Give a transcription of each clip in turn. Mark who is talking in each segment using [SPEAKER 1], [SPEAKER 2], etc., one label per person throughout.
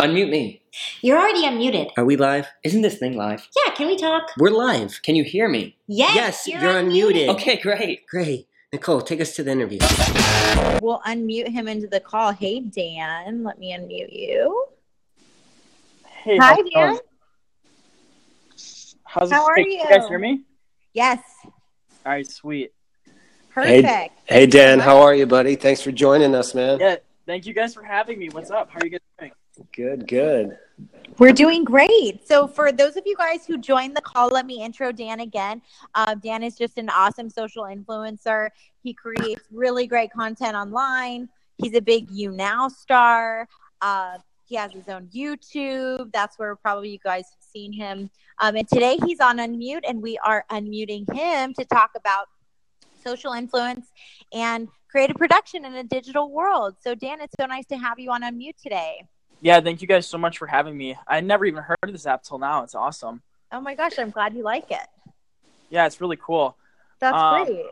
[SPEAKER 1] Unmute me.
[SPEAKER 2] You're already unmuted.
[SPEAKER 1] Are we live? Isn't this thing live?
[SPEAKER 2] Yeah, can we talk?
[SPEAKER 1] We're live. Can you hear me?
[SPEAKER 2] Yes,
[SPEAKER 1] you're, unmuted.
[SPEAKER 2] unmuted.
[SPEAKER 1] Okay, great.
[SPEAKER 3] Great. Nicole, take us to the interview.
[SPEAKER 4] We'll unmute him into the call. Hey, Dan, let me unmute you.
[SPEAKER 5] Hey,
[SPEAKER 4] Hi,
[SPEAKER 5] how's it going?
[SPEAKER 4] Dan.
[SPEAKER 5] How's
[SPEAKER 4] How
[SPEAKER 5] it,
[SPEAKER 4] are
[SPEAKER 5] hey,
[SPEAKER 4] you?
[SPEAKER 5] you guys hear me?
[SPEAKER 4] Yes,
[SPEAKER 5] All right, sweet.
[SPEAKER 4] perfect.
[SPEAKER 3] Hey, Dan, how are you, buddy? Thanks for joining us, man.
[SPEAKER 5] Yeah, thank you guys for having me. What's up? How are you guys doing?
[SPEAKER 3] Good, good.
[SPEAKER 4] We're doing great. So, for those of you guys who joined the call, let me intro Dan again. Uh, Dan is just an awesome social influencer. He creates really great content online. He's a big You Now star. Uh, he has his own YouTube. That's where probably you guys have seen him. Um, and today he's on Unmute, and we are unmuting him to talk about social influence and creative production in a digital world. So, Dan, it's so nice to have you on Unmute today.
[SPEAKER 5] Yeah, thank you guys so much for having me. I never even heard of this app till now. It's awesome.
[SPEAKER 4] Oh my gosh, I'm glad you like it.
[SPEAKER 5] Yeah, it's really cool.
[SPEAKER 4] That's
[SPEAKER 5] Um,
[SPEAKER 4] great.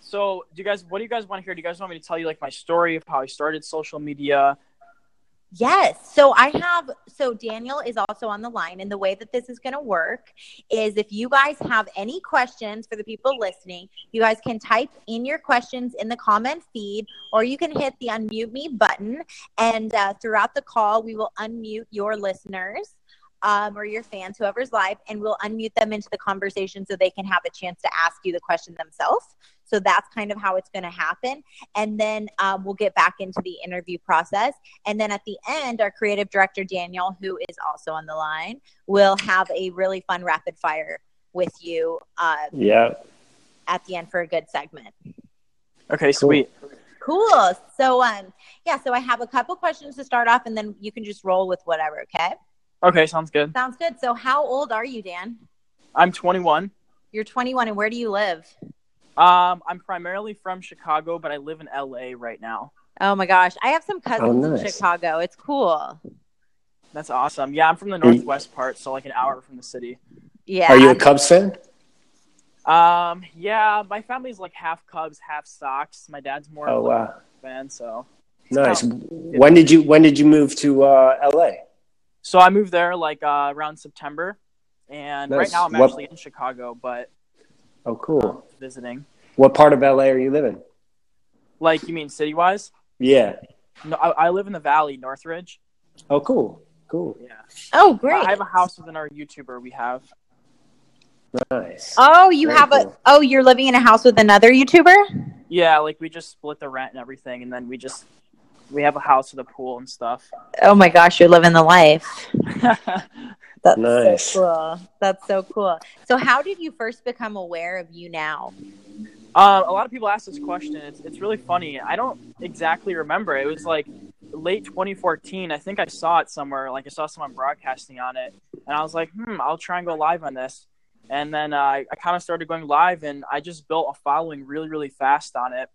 [SPEAKER 5] So, do you guys? What do you guys want to hear? Do you guys want me to tell you like my story of how I started social media?
[SPEAKER 4] Yes. So I have, so Daniel is also on the line. And the way that this is going to work is if you guys have any questions for the people listening, you guys can type in your questions in the comment feed, or you can hit the unmute me button. And uh, throughout the call, we will unmute your listeners. Um, or your fans, whoever's live, and we'll unmute them into the conversation so they can have a chance to ask you the question themselves. So that's kind of how it's going to happen. And then um, we'll get back into the interview process. And then at the end, our creative director, Daniel, who is also on the line, will have a really fun rapid fire with you uh,
[SPEAKER 3] Yeah.
[SPEAKER 4] at the end for a good segment.
[SPEAKER 5] Okay,
[SPEAKER 3] Cool.
[SPEAKER 5] sweet.
[SPEAKER 4] Cool. So, um, yeah, so I have a couple questions to start off, and then you can just roll with whatever, okay?
[SPEAKER 5] Okay, sounds good.
[SPEAKER 4] Sounds good. So, how old are you, Dan?
[SPEAKER 5] I'm 21.
[SPEAKER 4] You're 21, and where do you live?
[SPEAKER 5] Um, I'm primarily from Chicago, but I live in LA right now.
[SPEAKER 4] Oh my gosh. I have some cousins in
[SPEAKER 3] nice.
[SPEAKER 4] Chicago. It's cool.
[SPEAKER 5] That's awesome. Yeah, I'm from the
[SPEAKER 3] Are you-
[SPEAKER 5] northwest part, so like an hour from the city.
[SPEAKER 4] Yeah.
[SPEAKER 3] Are you a Cubs fan?
[SPEAKER 5] Um, yeah, my family's like half Cubs, half Sox. My dad's more
[SPEAKER 3] Oh,
[SPEAKER 5] of a Liverpool
[SPEAKER 3] wow.
[SPEAKER 5] fan, so
[SPEAKER 3] Nice.
[SPEAKER 4] Oh.
[SPEAKER 3] When did you when did you move to uh, LA?
[SPEAKER 5] So I moved there like uh, around September, and right
[SPEAKER 3] Nice.
[SPEAKER 5] now I'm
[SPEAKER 3] What-
[SPEAKER 5] actually in Chicago, but
[SPEAKER 3] Oh,
[SPEAKER 5] um,
[SPEAKER 3] cool.
[SPEAKER 5] visiting.
[SPEAKER 3] What part of LA are you living?
[SPEAKER 5] Like you mean city wise?
[SPEAKER 3] Yeah.
[SPEAKER 5] No, I, I live in the Valley, Northridge.
[SPEAKER 3] Oh, cool. Cool.
[SPEAKER 5] Yeah,
[SPEAKER 4] oh, great.
[SPEAKER 5] I have a house with another YouTuber. We have.
[SPEAKER 3] Nice.
[SPEAKER 4] Oh, you
[SPEAKER 3] Very
[SPEAKER 4] have a.
[SPEAKER 3] cool.
[SPEAKER 4] Oh, you're living in a house with another YouTuber?
[SPEAKER 5] Yeah, like we just split the rent and everything, and then we just we have a house with a pool and stuff.
[SPEAKER 4] Oh my gosh, you're living the life. That's
[SPEAKER 3] Nice.
[SPEAKER 4] so cool. That's so cool. So, how did you first become aware of you now?
[SPEAKER 5] Um, a lot of people ask this question. It's, it's really funny. I don't exactly remember. It was like late 2014. I think I saw it somewhere. Like I saw someone broadcasting on it, and I was like, hmm, I'll try and go live on this. And then uh, I, I kind of started going live, and I just built a following really, really fast on it.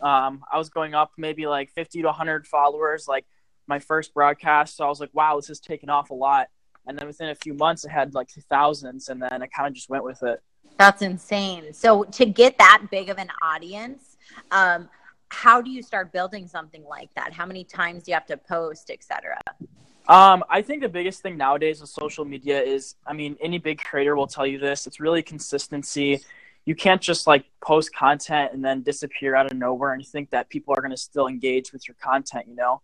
[SPEAKER 5] Um, I was going up maybe like 50 to 100 followers, like my first broadcast. So I was like, wow, this is taking off a lot. And then within a few months, it had like thousands, and then I kind of just went with it.
[SPEAKER 4] That's insane. So, to get that big of an audience, um, how do you start building something like that? How many times do you have to post, etc.?
[SPEAKER 5] Um, I think the biggest thing nowadays with social media is, I mean, any big creator will tell you this. It's really consistency. You can't just like post content and then disappear out of nowhere and think that people are going to still engage with your content. You know,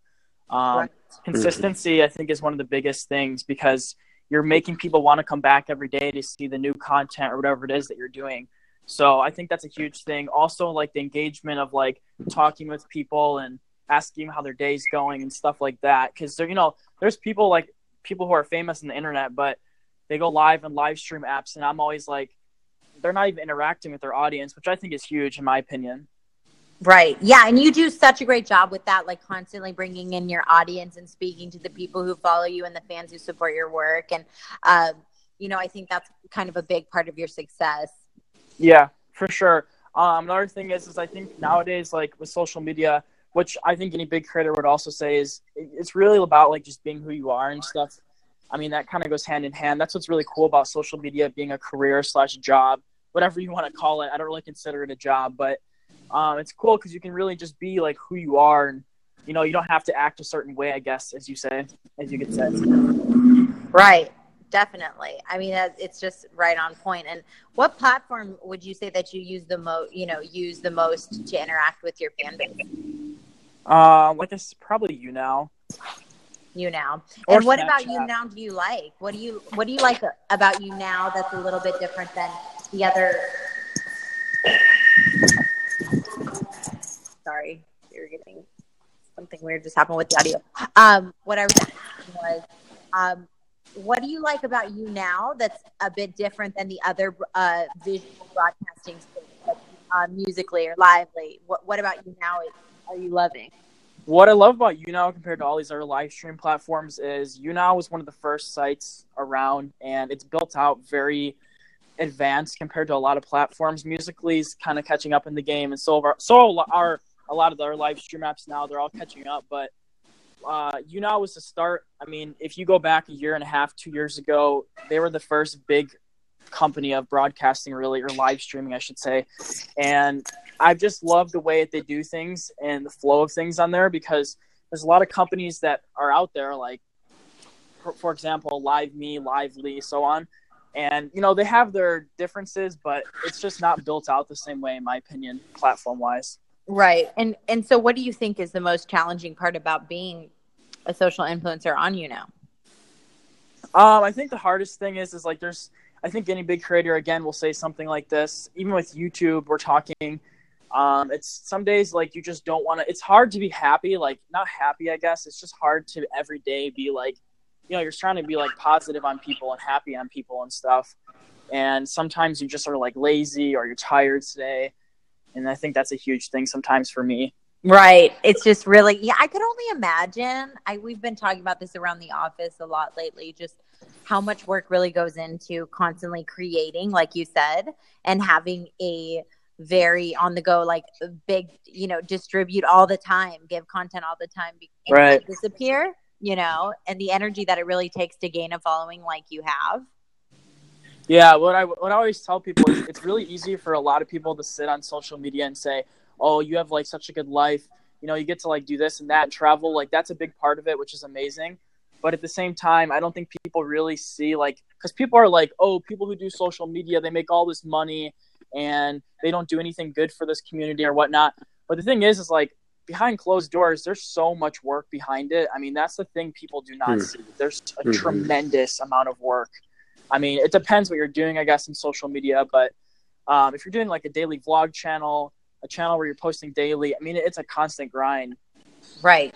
[SPEAKER 5] um,
[SPEAKER 4] Right.
[SPEAKER 5] consistency I think is one of the biggest things because you're making people want to come back every day to see the new content or whatever it is that you're doing. So I think that's a huge thing. Also, like the engagement of like talking with people and asking how their day's going and stuff like that. Because you know, there's people like people who are famous on the internet, but they go live and live stream apps, and I'm always like, they're not even interacting with their audience, which I think is huge in my opinion.
[SPEAKER 4] Right. Yeah. And you do such a great job with that, like constantly bringing in your audience and speaking to the people who follow you and the fans who support your work. And, um, you know, I think that's kind of a big part of your success.
[SPEAKER 5] Yeah, for sure. Um, another thing is, is I think nowadays, like with social media, which I think any big creator would also say is, it- it's really about like just being who you are and stuff. I mean, that kind of goes hand in hand. That's what's really cool about social media being a career slash job, whatever you want to call it. I don't really consider it a job, but um, it's cool because you can really just be like who you are and you know, you don't have to act a certain way, I guess, as you say, as you could say.
[SPEAKER 4] Right. Definitely. I mean, that- it's just right on point. And what platform would you say that you use the most, you know, use the most to interact with your fan base?
[SPEAKER 5] Um, like it's probably you now.
[SPEAKER 4] You now.
[SPEAKER 5] Or
[SPEAKER 4] and what about you
[SPEAKER 5] Snapchat.
[SPEAKER 4] now? Do you like? What do you What do you like about you now? That's a little bit different than the other. Sorry, we were getting something weird just happened with the audio. Um, what I was asking was, um, what do you like about you now? That's a bit different than the other uh, visual broadcasting, space, like, uh, musically or lively. What What about you now? Is, are you loving?
[SPEAKER 5] What I love about YouNow compared to all these other live stream platforms is YouNow was one of the first sites around, and it's built out very advanced compared to a lot of platforms. Musically's kind of catching up in the game, and so are, so are a lot of the other live stream apps now. They're all catching up, but uh, YouNow was the start. I mean, if you go back a year and a half, two years ago, they were the first big company of broadcasting, really, or live streaming, I should say, and I've just loved the way that they do things and the flow of things on there because there's a lot of companies that are out there, like for, for example, Live Me, Lively, so on, and you know they have their differences, but it's just not built out the same way, in my opinion, platform wise.
[SPEAKER 4] Right. And and so what do you think is the most challenging part about being a social influencer on you now?
[SPEAKER 5] Um, I think the hardest thing is is like there's I think any big creator again will say something like this. Even with YouTube, we're talking. Um, it's some days like you just don't want to. It's hard to be happy, like not happy, I guess. It's just hard to every day be like, you know, you're trying to be like positive on people and happy on people and stuff. And sometimes you just are like lazy or you're tired today. And I think that's a huge thing sometimes for me.
[SPEAKER 4] Right. It's just really yeah, I could only imagine. I we've been talking about this around the office a lot lately, just how much work really goes into constantly creating, like you said, and having a very on the go, like big, you know, distribute all the time, give content all the time be- and
[SPEAKER 5] Right.
[SPEAKER 4] not disappear, you know, and the energy that it really takes to gain a following like you have.
[SPEAKER 5] Yeah, what I what I always tell people is it's really easy for a lot of people to sit on social media and say, "Oh, you have like such a good life. You know, you get to like do this and that, and travel. Like that's a big part of it, which is amazing." But at the same time, I don't think people really see like cuz people are like, "Oh, people who do social media, they make all this money and they don't do anything good for this community or whatnot." But the thing is is like behind closed doors, there's so much work behind it. I mean, that's the thing people do not
[SPEAKER 3] Hmm.
[SPEAKER 5] see. There's a
[SPEAKER 3] Mhm.
[SPEAKER 5] tremendous amount of work. I mean, it depends what you're doing, I guess, in social media. But um, if you're doing like a daily vlog channel, a channel where you're posting daily, I mean, it's a constant grind.
[SPEAKER 4] Right.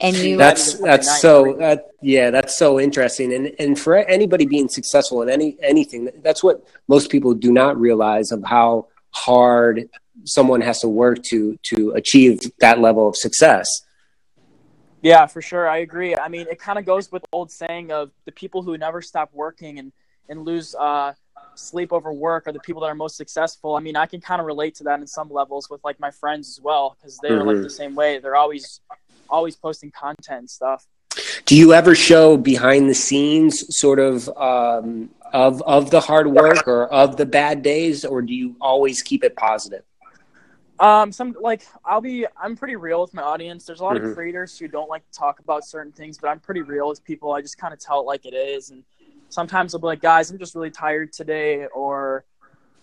[SPEAKER 4] And you
[SPEAKER 3] that's
[SPEAKER 5] Every
[SPEAKER 3] that's
[SPEAKER 5] night.
[SPEAKER 3] so that yeah that's so interesting and and for anybody being successful in any anything that's what most people do not realize of how hard someone has to work to to achieve that level of success
[SPEAKER 5] Yeah, for sure. I agree. I mean, it kind of goes with the old saying of the people who never stop working and, and lose uh, sleep over work are the people that are most successful. I mean, I can kind of relate to that in some levels with like my friends as well, because they're like
[SPEAKER 3] Mhm.
[SPEAKER 5] the same way. They're always, always posting content and stuff.
[SPEAKER 3] do you ever show behind the scenes sort of um of of the hard work or of the bad days or do you always keep it positive
[SPEAKER 5] Um, some like I'll be I'm pretty real with my audience. There's a lot
[SPEAKER 3] Mhm.
[SPEAKER 5] of creators who don't like to talk about certain things, but I'm pretty real with people. I just kind of tell it like it is, and sometimes I'll be like, guys, I'm just really tired today, or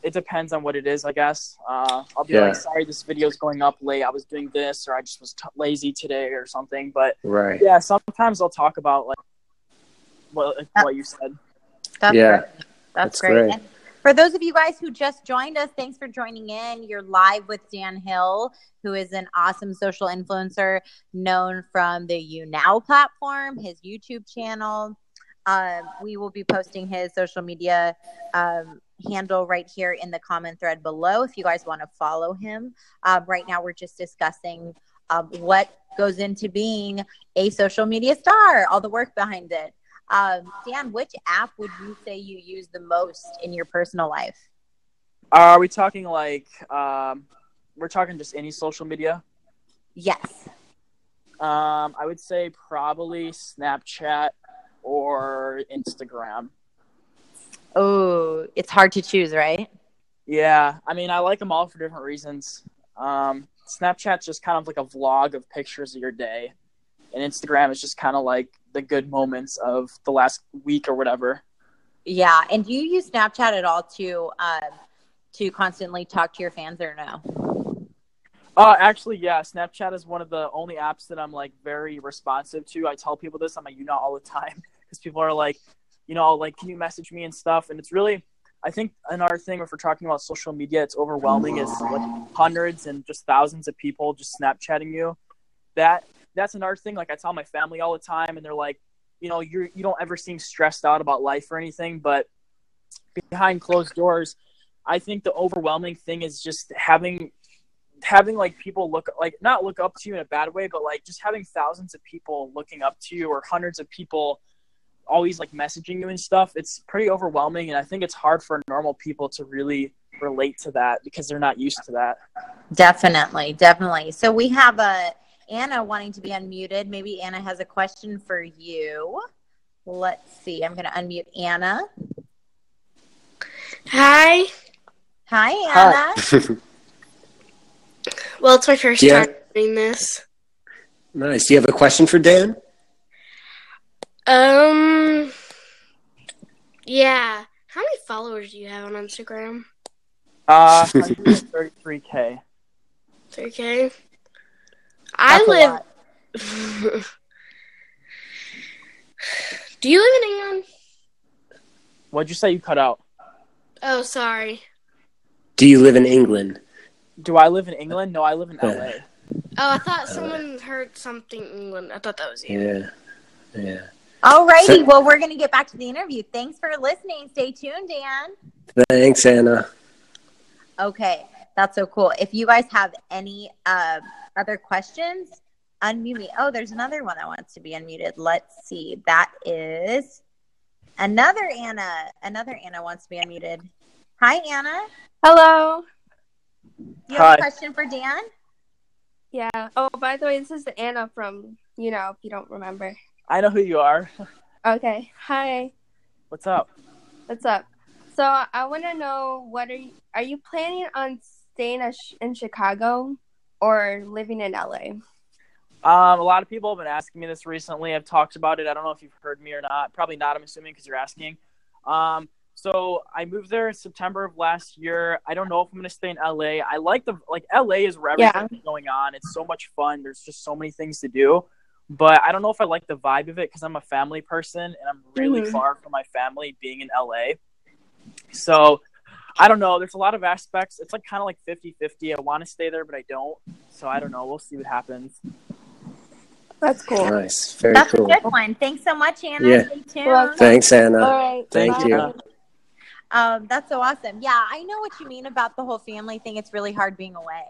[SPEAKER 5] it depends on what it is, I guess. Uh, I'll be
[SPEAKER 3] Yeah.
[SPEAKER 5] like, sorry, this video's going up late. I was doing this, or I just was t- lazy today, or something. But
[SPEAKER 3] right
[SPEAKER 5] yeah, sometimes I'll talk about like what like, what you said.
[SPEAKER 4] That's
[SPEAKER 3] Yeah.
[SPEAKER 4] great. That's,
[SPEAKER 3] That's
[SPEAKER 4] great.
[SPEAKER 3] great.
[SPEAKER 4] And for those of you guys who just joined us, thanks for joining in. You're live with Dan Hill, who is an awesome social influencer known from the You Now platform, his YouTube channel. Um, we will be posting his social media um, handle right here in the comment thread below if you guys want to follow him. Um, right now, we're just discussing um, what goes into being a social media star, all the work behind it. Um, Dan, which app would you say you use the most in your personal life?
[SPEAKER 5] Are we talking like um, we're talking just any social media?
[SPEAKER 4] Yes.
[SPEAKER 5] Um, I would say probably Snapchat or Instagram.
[SPEAKER 4] Oh, it's hard to choose, right?
[SPEAKER 5] Yeah, I mean, I like them all for different reasons. Um, Snapchat's just kind of like a vlog of pictures of your day, and Instagram is just kind of like the good moments of the last week or whatever.
[SPEAKER 4] Yeah, and do you use Snapchat at all to um, to constantly talk to your fans or no?
[SPEAKER 5] Uh, actually, yeah, Snapchat is one of the only apps that I'm like very responsive to. I tell people this on my you know all the time because people are like, you know, like, can you message me and stuff? And it's really, I think another thing if we're talking about social media, it's overwhelming is like hundreds and just thousands of people just Snapchatting you. That that's another thing. Like I tell my family all the time, and they're like, you know, you you don't ever seem stressed out about life or anything, but behind closed doors, I think the overwhelming thing is just having having like people look like not look up to you in a bad way, but like just having thousands of people looking up to you or hundreds of people always like messaging you and stuff, it's pretty overwhelming and I think it's hard for normal people to really relate to that because they're not used to that.
[SPEAKER 4] Definitely, definitely. So we have a Anna wanting to be unmuted. Maybe Anna has a question for you. Let's see. I'm going to unmute Anna.
[SPEAKER 6] Hi.
[SPEAKER 4] Hi, Anna.
[SPEAKER 6] Well, it's my first
[SPEAKER 3] Yeah.
[SPEAKER 6] time doing this.
[SPEAKER 3] nice. Do you have a question for Dan?
[SPEAKER 6] Um. Yeah. How many followers do you have on Instagram?
[SPEAKER 5] Uh 133k.
[SPEAKER 6] 3K. I
[SPEAKER 4] That's a lot.
[SPEAKER 6] live. do you live in England?
[SPEAKER 5] What'd you say you cut out?
[SPEAKER 6] Oh, sorry.
[SPEAKER 3] Do you live in England?
[SPEAKER 5] Do I live in England? No, I live in LA.
[SPEAKER 6] Oh, I thought someone heard something England. I thought that was you.
[SPEAKER 3] Yeah. Yeah.
[SPEAKER 4] All righty.
[SPEAKER 3] So-
[SPEAKER 4] Well, we're going to get back to the interview. Thanks for listening. Stay tuned, Dan.
[SPEAKER 3] Thanks, Anna.
[SPEAKER 4] Okay, that's so cool. If you guys have any uh, other questions, unmute me. Oh, there's another one that wants to be unmuted. Let's see. That is another Anna. Another Anna wants to be unmuted. Hi, Anna.
[SPEAKER 7] Hello.
[SPEAKER 4] You have
[SPEAKER 5] Hi.
[SPEAKER 4] a question for Dan?
[SPEAKER 7] Yeah. Oh, by the way, this is Anna from, you know, if you don't remember.
[SPEAKER 5] I know who you are.
[SPEAKER 7] Okay. Hi.
[SPEAKER 5] What's up?
[SPEAKER 7] What's up? So I want to know what are you, are you planning on staying a sh- in Chicago or living in LA?
[SPEAKER 5] Um, a lot of people have been asking me this recently. I've talked about it. I don't know if you've heard me or not. Probably not. I'm assuming because you're asking. Um, so I moved there in September of last year. I don't know if I'm going to stay in LA. I like the like LA is where
[SPEAKER 7] Yeah.
[SPEAKER 5] everything's going on. It's so much fun. There's just so many things to do. But I don't know if I like the vibe of it because I'm a family person and I'm really
[SPEAKER 7] Mhm.
[SPEAKER 5] far from my family being in LA. So I don't know. There's a lot of aspects. It's like kind of like 50 50. I want to stay there, but I don't. So I don't know. We'll see what happens.
[SPEAKER 7] That's cool.
[SPEAKER 3] Nice. Very
[SPEAKER 4] That's
[SPEAKER 3] cool.
[SPEAKER 4] a good Uh, one. Thanks so much, Anna.
[SPEAKER 3] Yeah.
[SPEAKER 4] Stay tuned.
[SPEAKER 7] Well,
[SPEAKER 3] Thanks, Anna.
[SPEAKER 7] All right.
[SPEAKER 3] Thank
[SPEAKER 7] bye.
[SPEAKER 3] you.
[SPEAKER 5] uh,
[SPEAKER 4] um, that's so awesome. Yeah, I know what you mean about the whole family thing. It's really hard being away.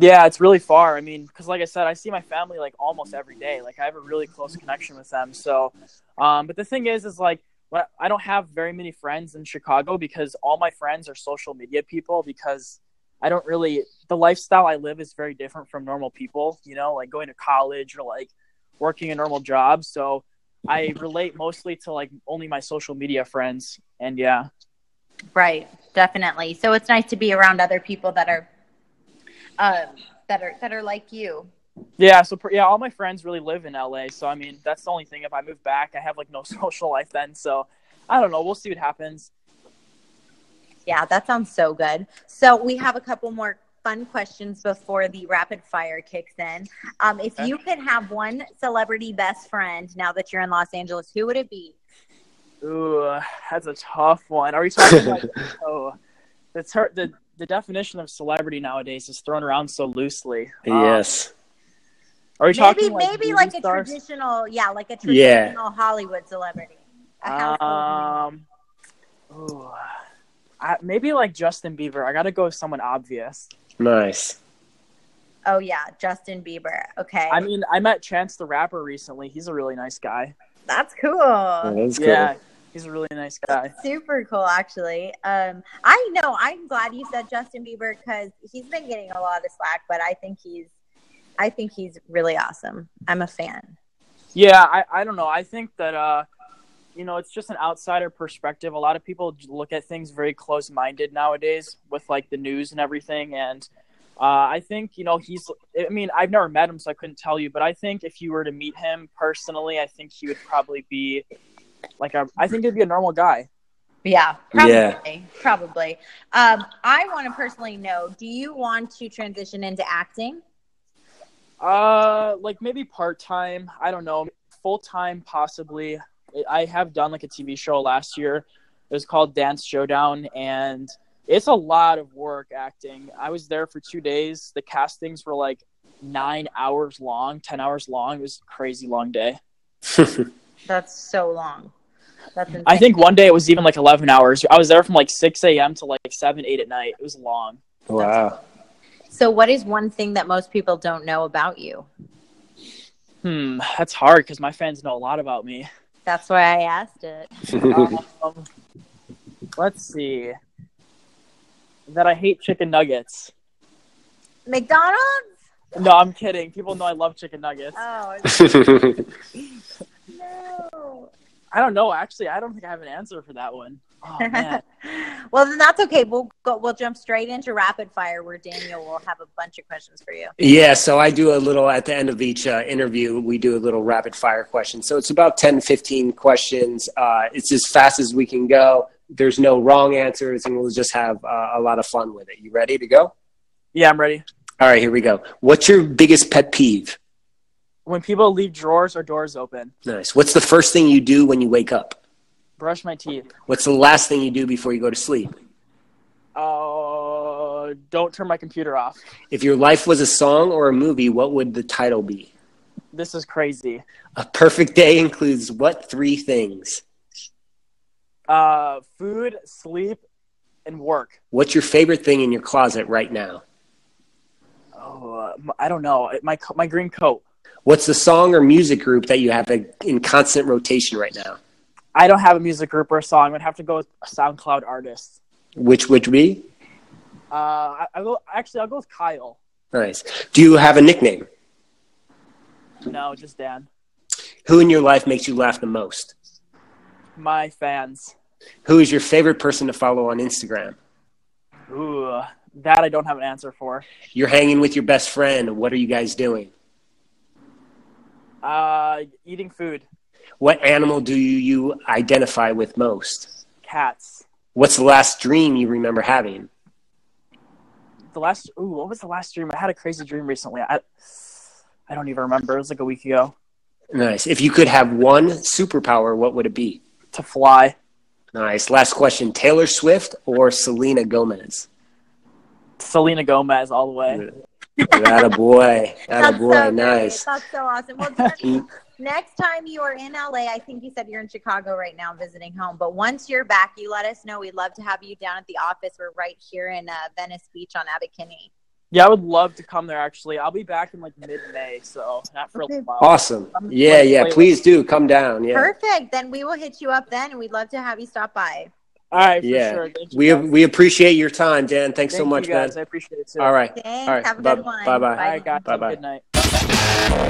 [SPEAKER 5] Yeah, it's really far. I mean, because like I said, I see my family like almost every day. Like I have a really close connection with them. So, um, but the thing is, is like when- I don't have very many friends in Chicago because all my friends are social media people. Because I don't really the lifestyle I live is very different from normal people. You know, like going to college or like working a normal job. So I relate mostly to like only my social media friends. And yeah.
[SPEAKER 4] Right, definitely. So it's nice to be around other people that are um, that are that are like you.
[SPEAKER 5] Yeah, so pr- yeah, all my friends really live in LA, so I mean, that's the only thing. If I move back, I have like no social life then, so I don't know. We'll see what happens.
[SPEAKER 4] Yeah, that sounds so good. So we have a couple more fun questions before the rapid fire kicks in. Um, if
[SPEAKER 5] Okay.
[SPEAKER 4] you could have one celebrity best friend now that you're in Los Angeles, who would it be?
[SPEAKER 5] Ooh, that's a tough one. Are you talking about? oh, it's her, the the definition of celebrity nowadays is thrown around so loosely. Um,
[SPEAKER 3] Yes.
[SPEAKER 5] Are
[SPEAKER 4] Maybe
[SPEAKER 5] you talking like
[SPEAKER 4] maybe
[SPEAKER 5] movie
[SPEAKER 4] like a
[SPEAKER 5] stars?
[SPEAKER 4] traditional, yeah, like a traditional
[SPEAKER 3] Yeah.
[SPEAKER 4] Hollywood celebrity. A household
[SPEAKER 5] Um, ooh, I, maybe like Justin Bieber. I gotta go with someone obvious.
[SPEAKER 3] Nice.
[SPEAKER 4] name. oh yeah, Justin Bieber. Okay,
[SPEAKER 5] I mean, I met Chance the Rapper recently. He's a really nice guy.
[SPEAKER 4] that's cool.
[SPEAKER 3] Oh, that's cool.
[SPEAKER 5] Yeah, he's a really nice guy.
[SPEAKER 4] Super cool, actually. Um, I know. I'm glad you said Justin Bieber because he's been getting a lot of slack, but I think he's, I think he's really awesome. I'm a fan.
[SPEAKER 5] Yeah, I, I don't know. I think that uh, you know, it's just an outsider perspective. A lot of people j- look at things very close minded nowadays with like the news and everything, and Uh, I think you know he's. I mean, I've never met him, so I couldn't tell you. But I think if you were to meet him personally, I think he would probably be like a. I think he'd be a normal guy.
[SPEAKER 4] Yeah, probably.
[SPEAKER 3] Yeah.
[SPEAKER 4] Probably. Um, I want to personally know do you want to transition into acting?
[SPEAKER 5] Uh, like maybe part time. I don't know, full time possibly. I have done like a TV show last year. It was called Dance Showdown, and it's a lot of work acting. I was there for two days. The castings were like nine hours long, ten hours long. It was a crazy long day.
[SPEAKER 4] That's so long. That's insane.
[SPEAKER 5] I think one day it was even like 11 hours. I was there from like 6 a.m. to like 7, 8 at night. It was long.
[SPEAKER 3] wow.
[SPEAKER 4] so. What is one thing that most people don't know about you?
[SPEAKER 5] Hmm, that's hard because my fans know a lot about me.
[SPEAKER 4] That's why I asked it.
[SPEAKER 5] Um, let's see. That I hate chicken nuggets.
[SPEAKER 4] McDonald's?
[SPEAKER 5] No, I'm kidding. People know I love chicken nuggets.
[SPEAKER 4] Oh, no.
[SPEAKER 5] I don't know, actually. I don't think I have an answer for that one. Oh, man.
[SPEAKER 4] well, then that's okay. We'll go, we'll jump straight into rapid fire where Daniel will have a bunch of questions for you.
[SPEAKER 3] Yeah, so I do a little at the end of each uh, interview. We do a little rapid fire question. So it's about 10, 15 questions. Uh, it's as fast as we can go. There's no wrong answers, and we'll just have uh, a lot of fun with it. You ready to go?
[SPEAKER 5] yeah, I'm ready.
[SPEAKER 3] All right, here we go. What's your biggest pet peeve?
[SPEAKER 5] When people leave drawers or doors open,
[SPEAKER 3] Nice. What's the first thing you do when you wake up?
[SPEAKER 5] brush my teeth.
[SPEAKER 3] What's the last thing you do before you go to sleep?
[SPEAKER 5] Uh, don't turn my computer off.
[SPEAKER 3] If your life was a song or a movie, what would the title be?
[SPEAKER 5] This is crazy.
[SPEAKER 3] A perfect day includes what three things?
[SPEAKER 5] Uh, food, sleep, and work.
[SPEAKER 3] What's your favorite thing in your closet right now?
[SPEAKER 5] Oh, uh, I don't know. My co- my green coat.
[SPEAKER 3] What's the song or music group that you have in constant rotation right now?
[SPEAKER 5] I don't have a music group or a song. I'd have to go with a SoundCloud artist.
[SPEAKER 3] Which would be?
[SPEAKER 5] Uh, I, I will actually. I'll go with Kyle.
[SPEAKER 3] Nice. Do you have a nickname?
[SPEAKER 5] No, just Dan.
[SPEAKER 3] Who in your life makes you laugh the most?
[SPEAKER 5] My fans.
[SPEAKER 3] Who is your favorite person to follow on Instagram?
[SPEAKER 5] Ooh, that I don't have an answer for.
[SPEAKER 3] You're hanging with your best friend. What are you guys doing?
[SPEAKER 5] Uh, eating food.
[SPEAKER 3] What animal do you, you identify with most?
[SPEAKER 5] Cats.
[SPEAKER 3] What's the last dream you remember having?
[SPEAKER 5] The last. Ooh, what was the last dream? I had a crazy dream recently. I I don't even remember. It was like a week ago.
[SPEAKER 3] Nice. If you could have one superpower, what would it be?
[SPEAKER 5] To fly.
[SPEAKER 3] Nice. Last question Taylor Swift or Selena Gomez?
[SPEAKER 5] Selena Gomez all the way.
[SPEAKER 3] That a boy. That a boy.
[SPEAKER 4] so great.
[SPEAKER 3] nice.
[SPEAKER 4] That's so awesome. Well, Daniel, next time you are in LA, I think you said you're in Chicago right now visiting home, but once you're back, you let us know. We'd love to have you down at the office. We're right here in uh, Venice Beach on Abercrombie.
[SPEAKER 5] Yeah, I would love to come there. Actually, I'll be back in like mid-May, so not for a
[SPEAKER 4] Okay.
[SPEAKER 5] little while.
[SPEAKER 3] Awesome.
[SPEAKER 5] I'm-
[SPEAKER 3] Yeah,
[SPEAKER 5] I'm-
[SPEAKER 3] yeah. Please do come down. Yeah.
[SPEAKER 4] Perfect. Then we will hit you up then, and we'd love to have you stop by.
[SPEAKER 5] All right, for
[SPEAKER 3] Yeah.
[SPEAKER 5] sure. Thank you
[SPEAKER 3] We
[SPEAKER 5] guys.
[SPEAKER 3] we appreciate your time, Dan. Thanks so
[SPEAKER 5] Thank
[SPEAKER 3] much,
[SPEAKER 5] you guys.
[SPEAKER 3] man.
[SPEAKER 5] I appreciate it too.
[SPEAKER 3] All right.
[SPEAKER 4] Thanks.
[SPEAKER 3] All right.
[SPEAKER 4] Have a
[SPEAKER 3] Bye-
[SPEAKER 4] good one.
[SPEAKER 3] bye-bye.
[SPEAKER 5] All right, guys.
[SPEAKER 3] Bye-bye.
[SPEAKER 5] Good night.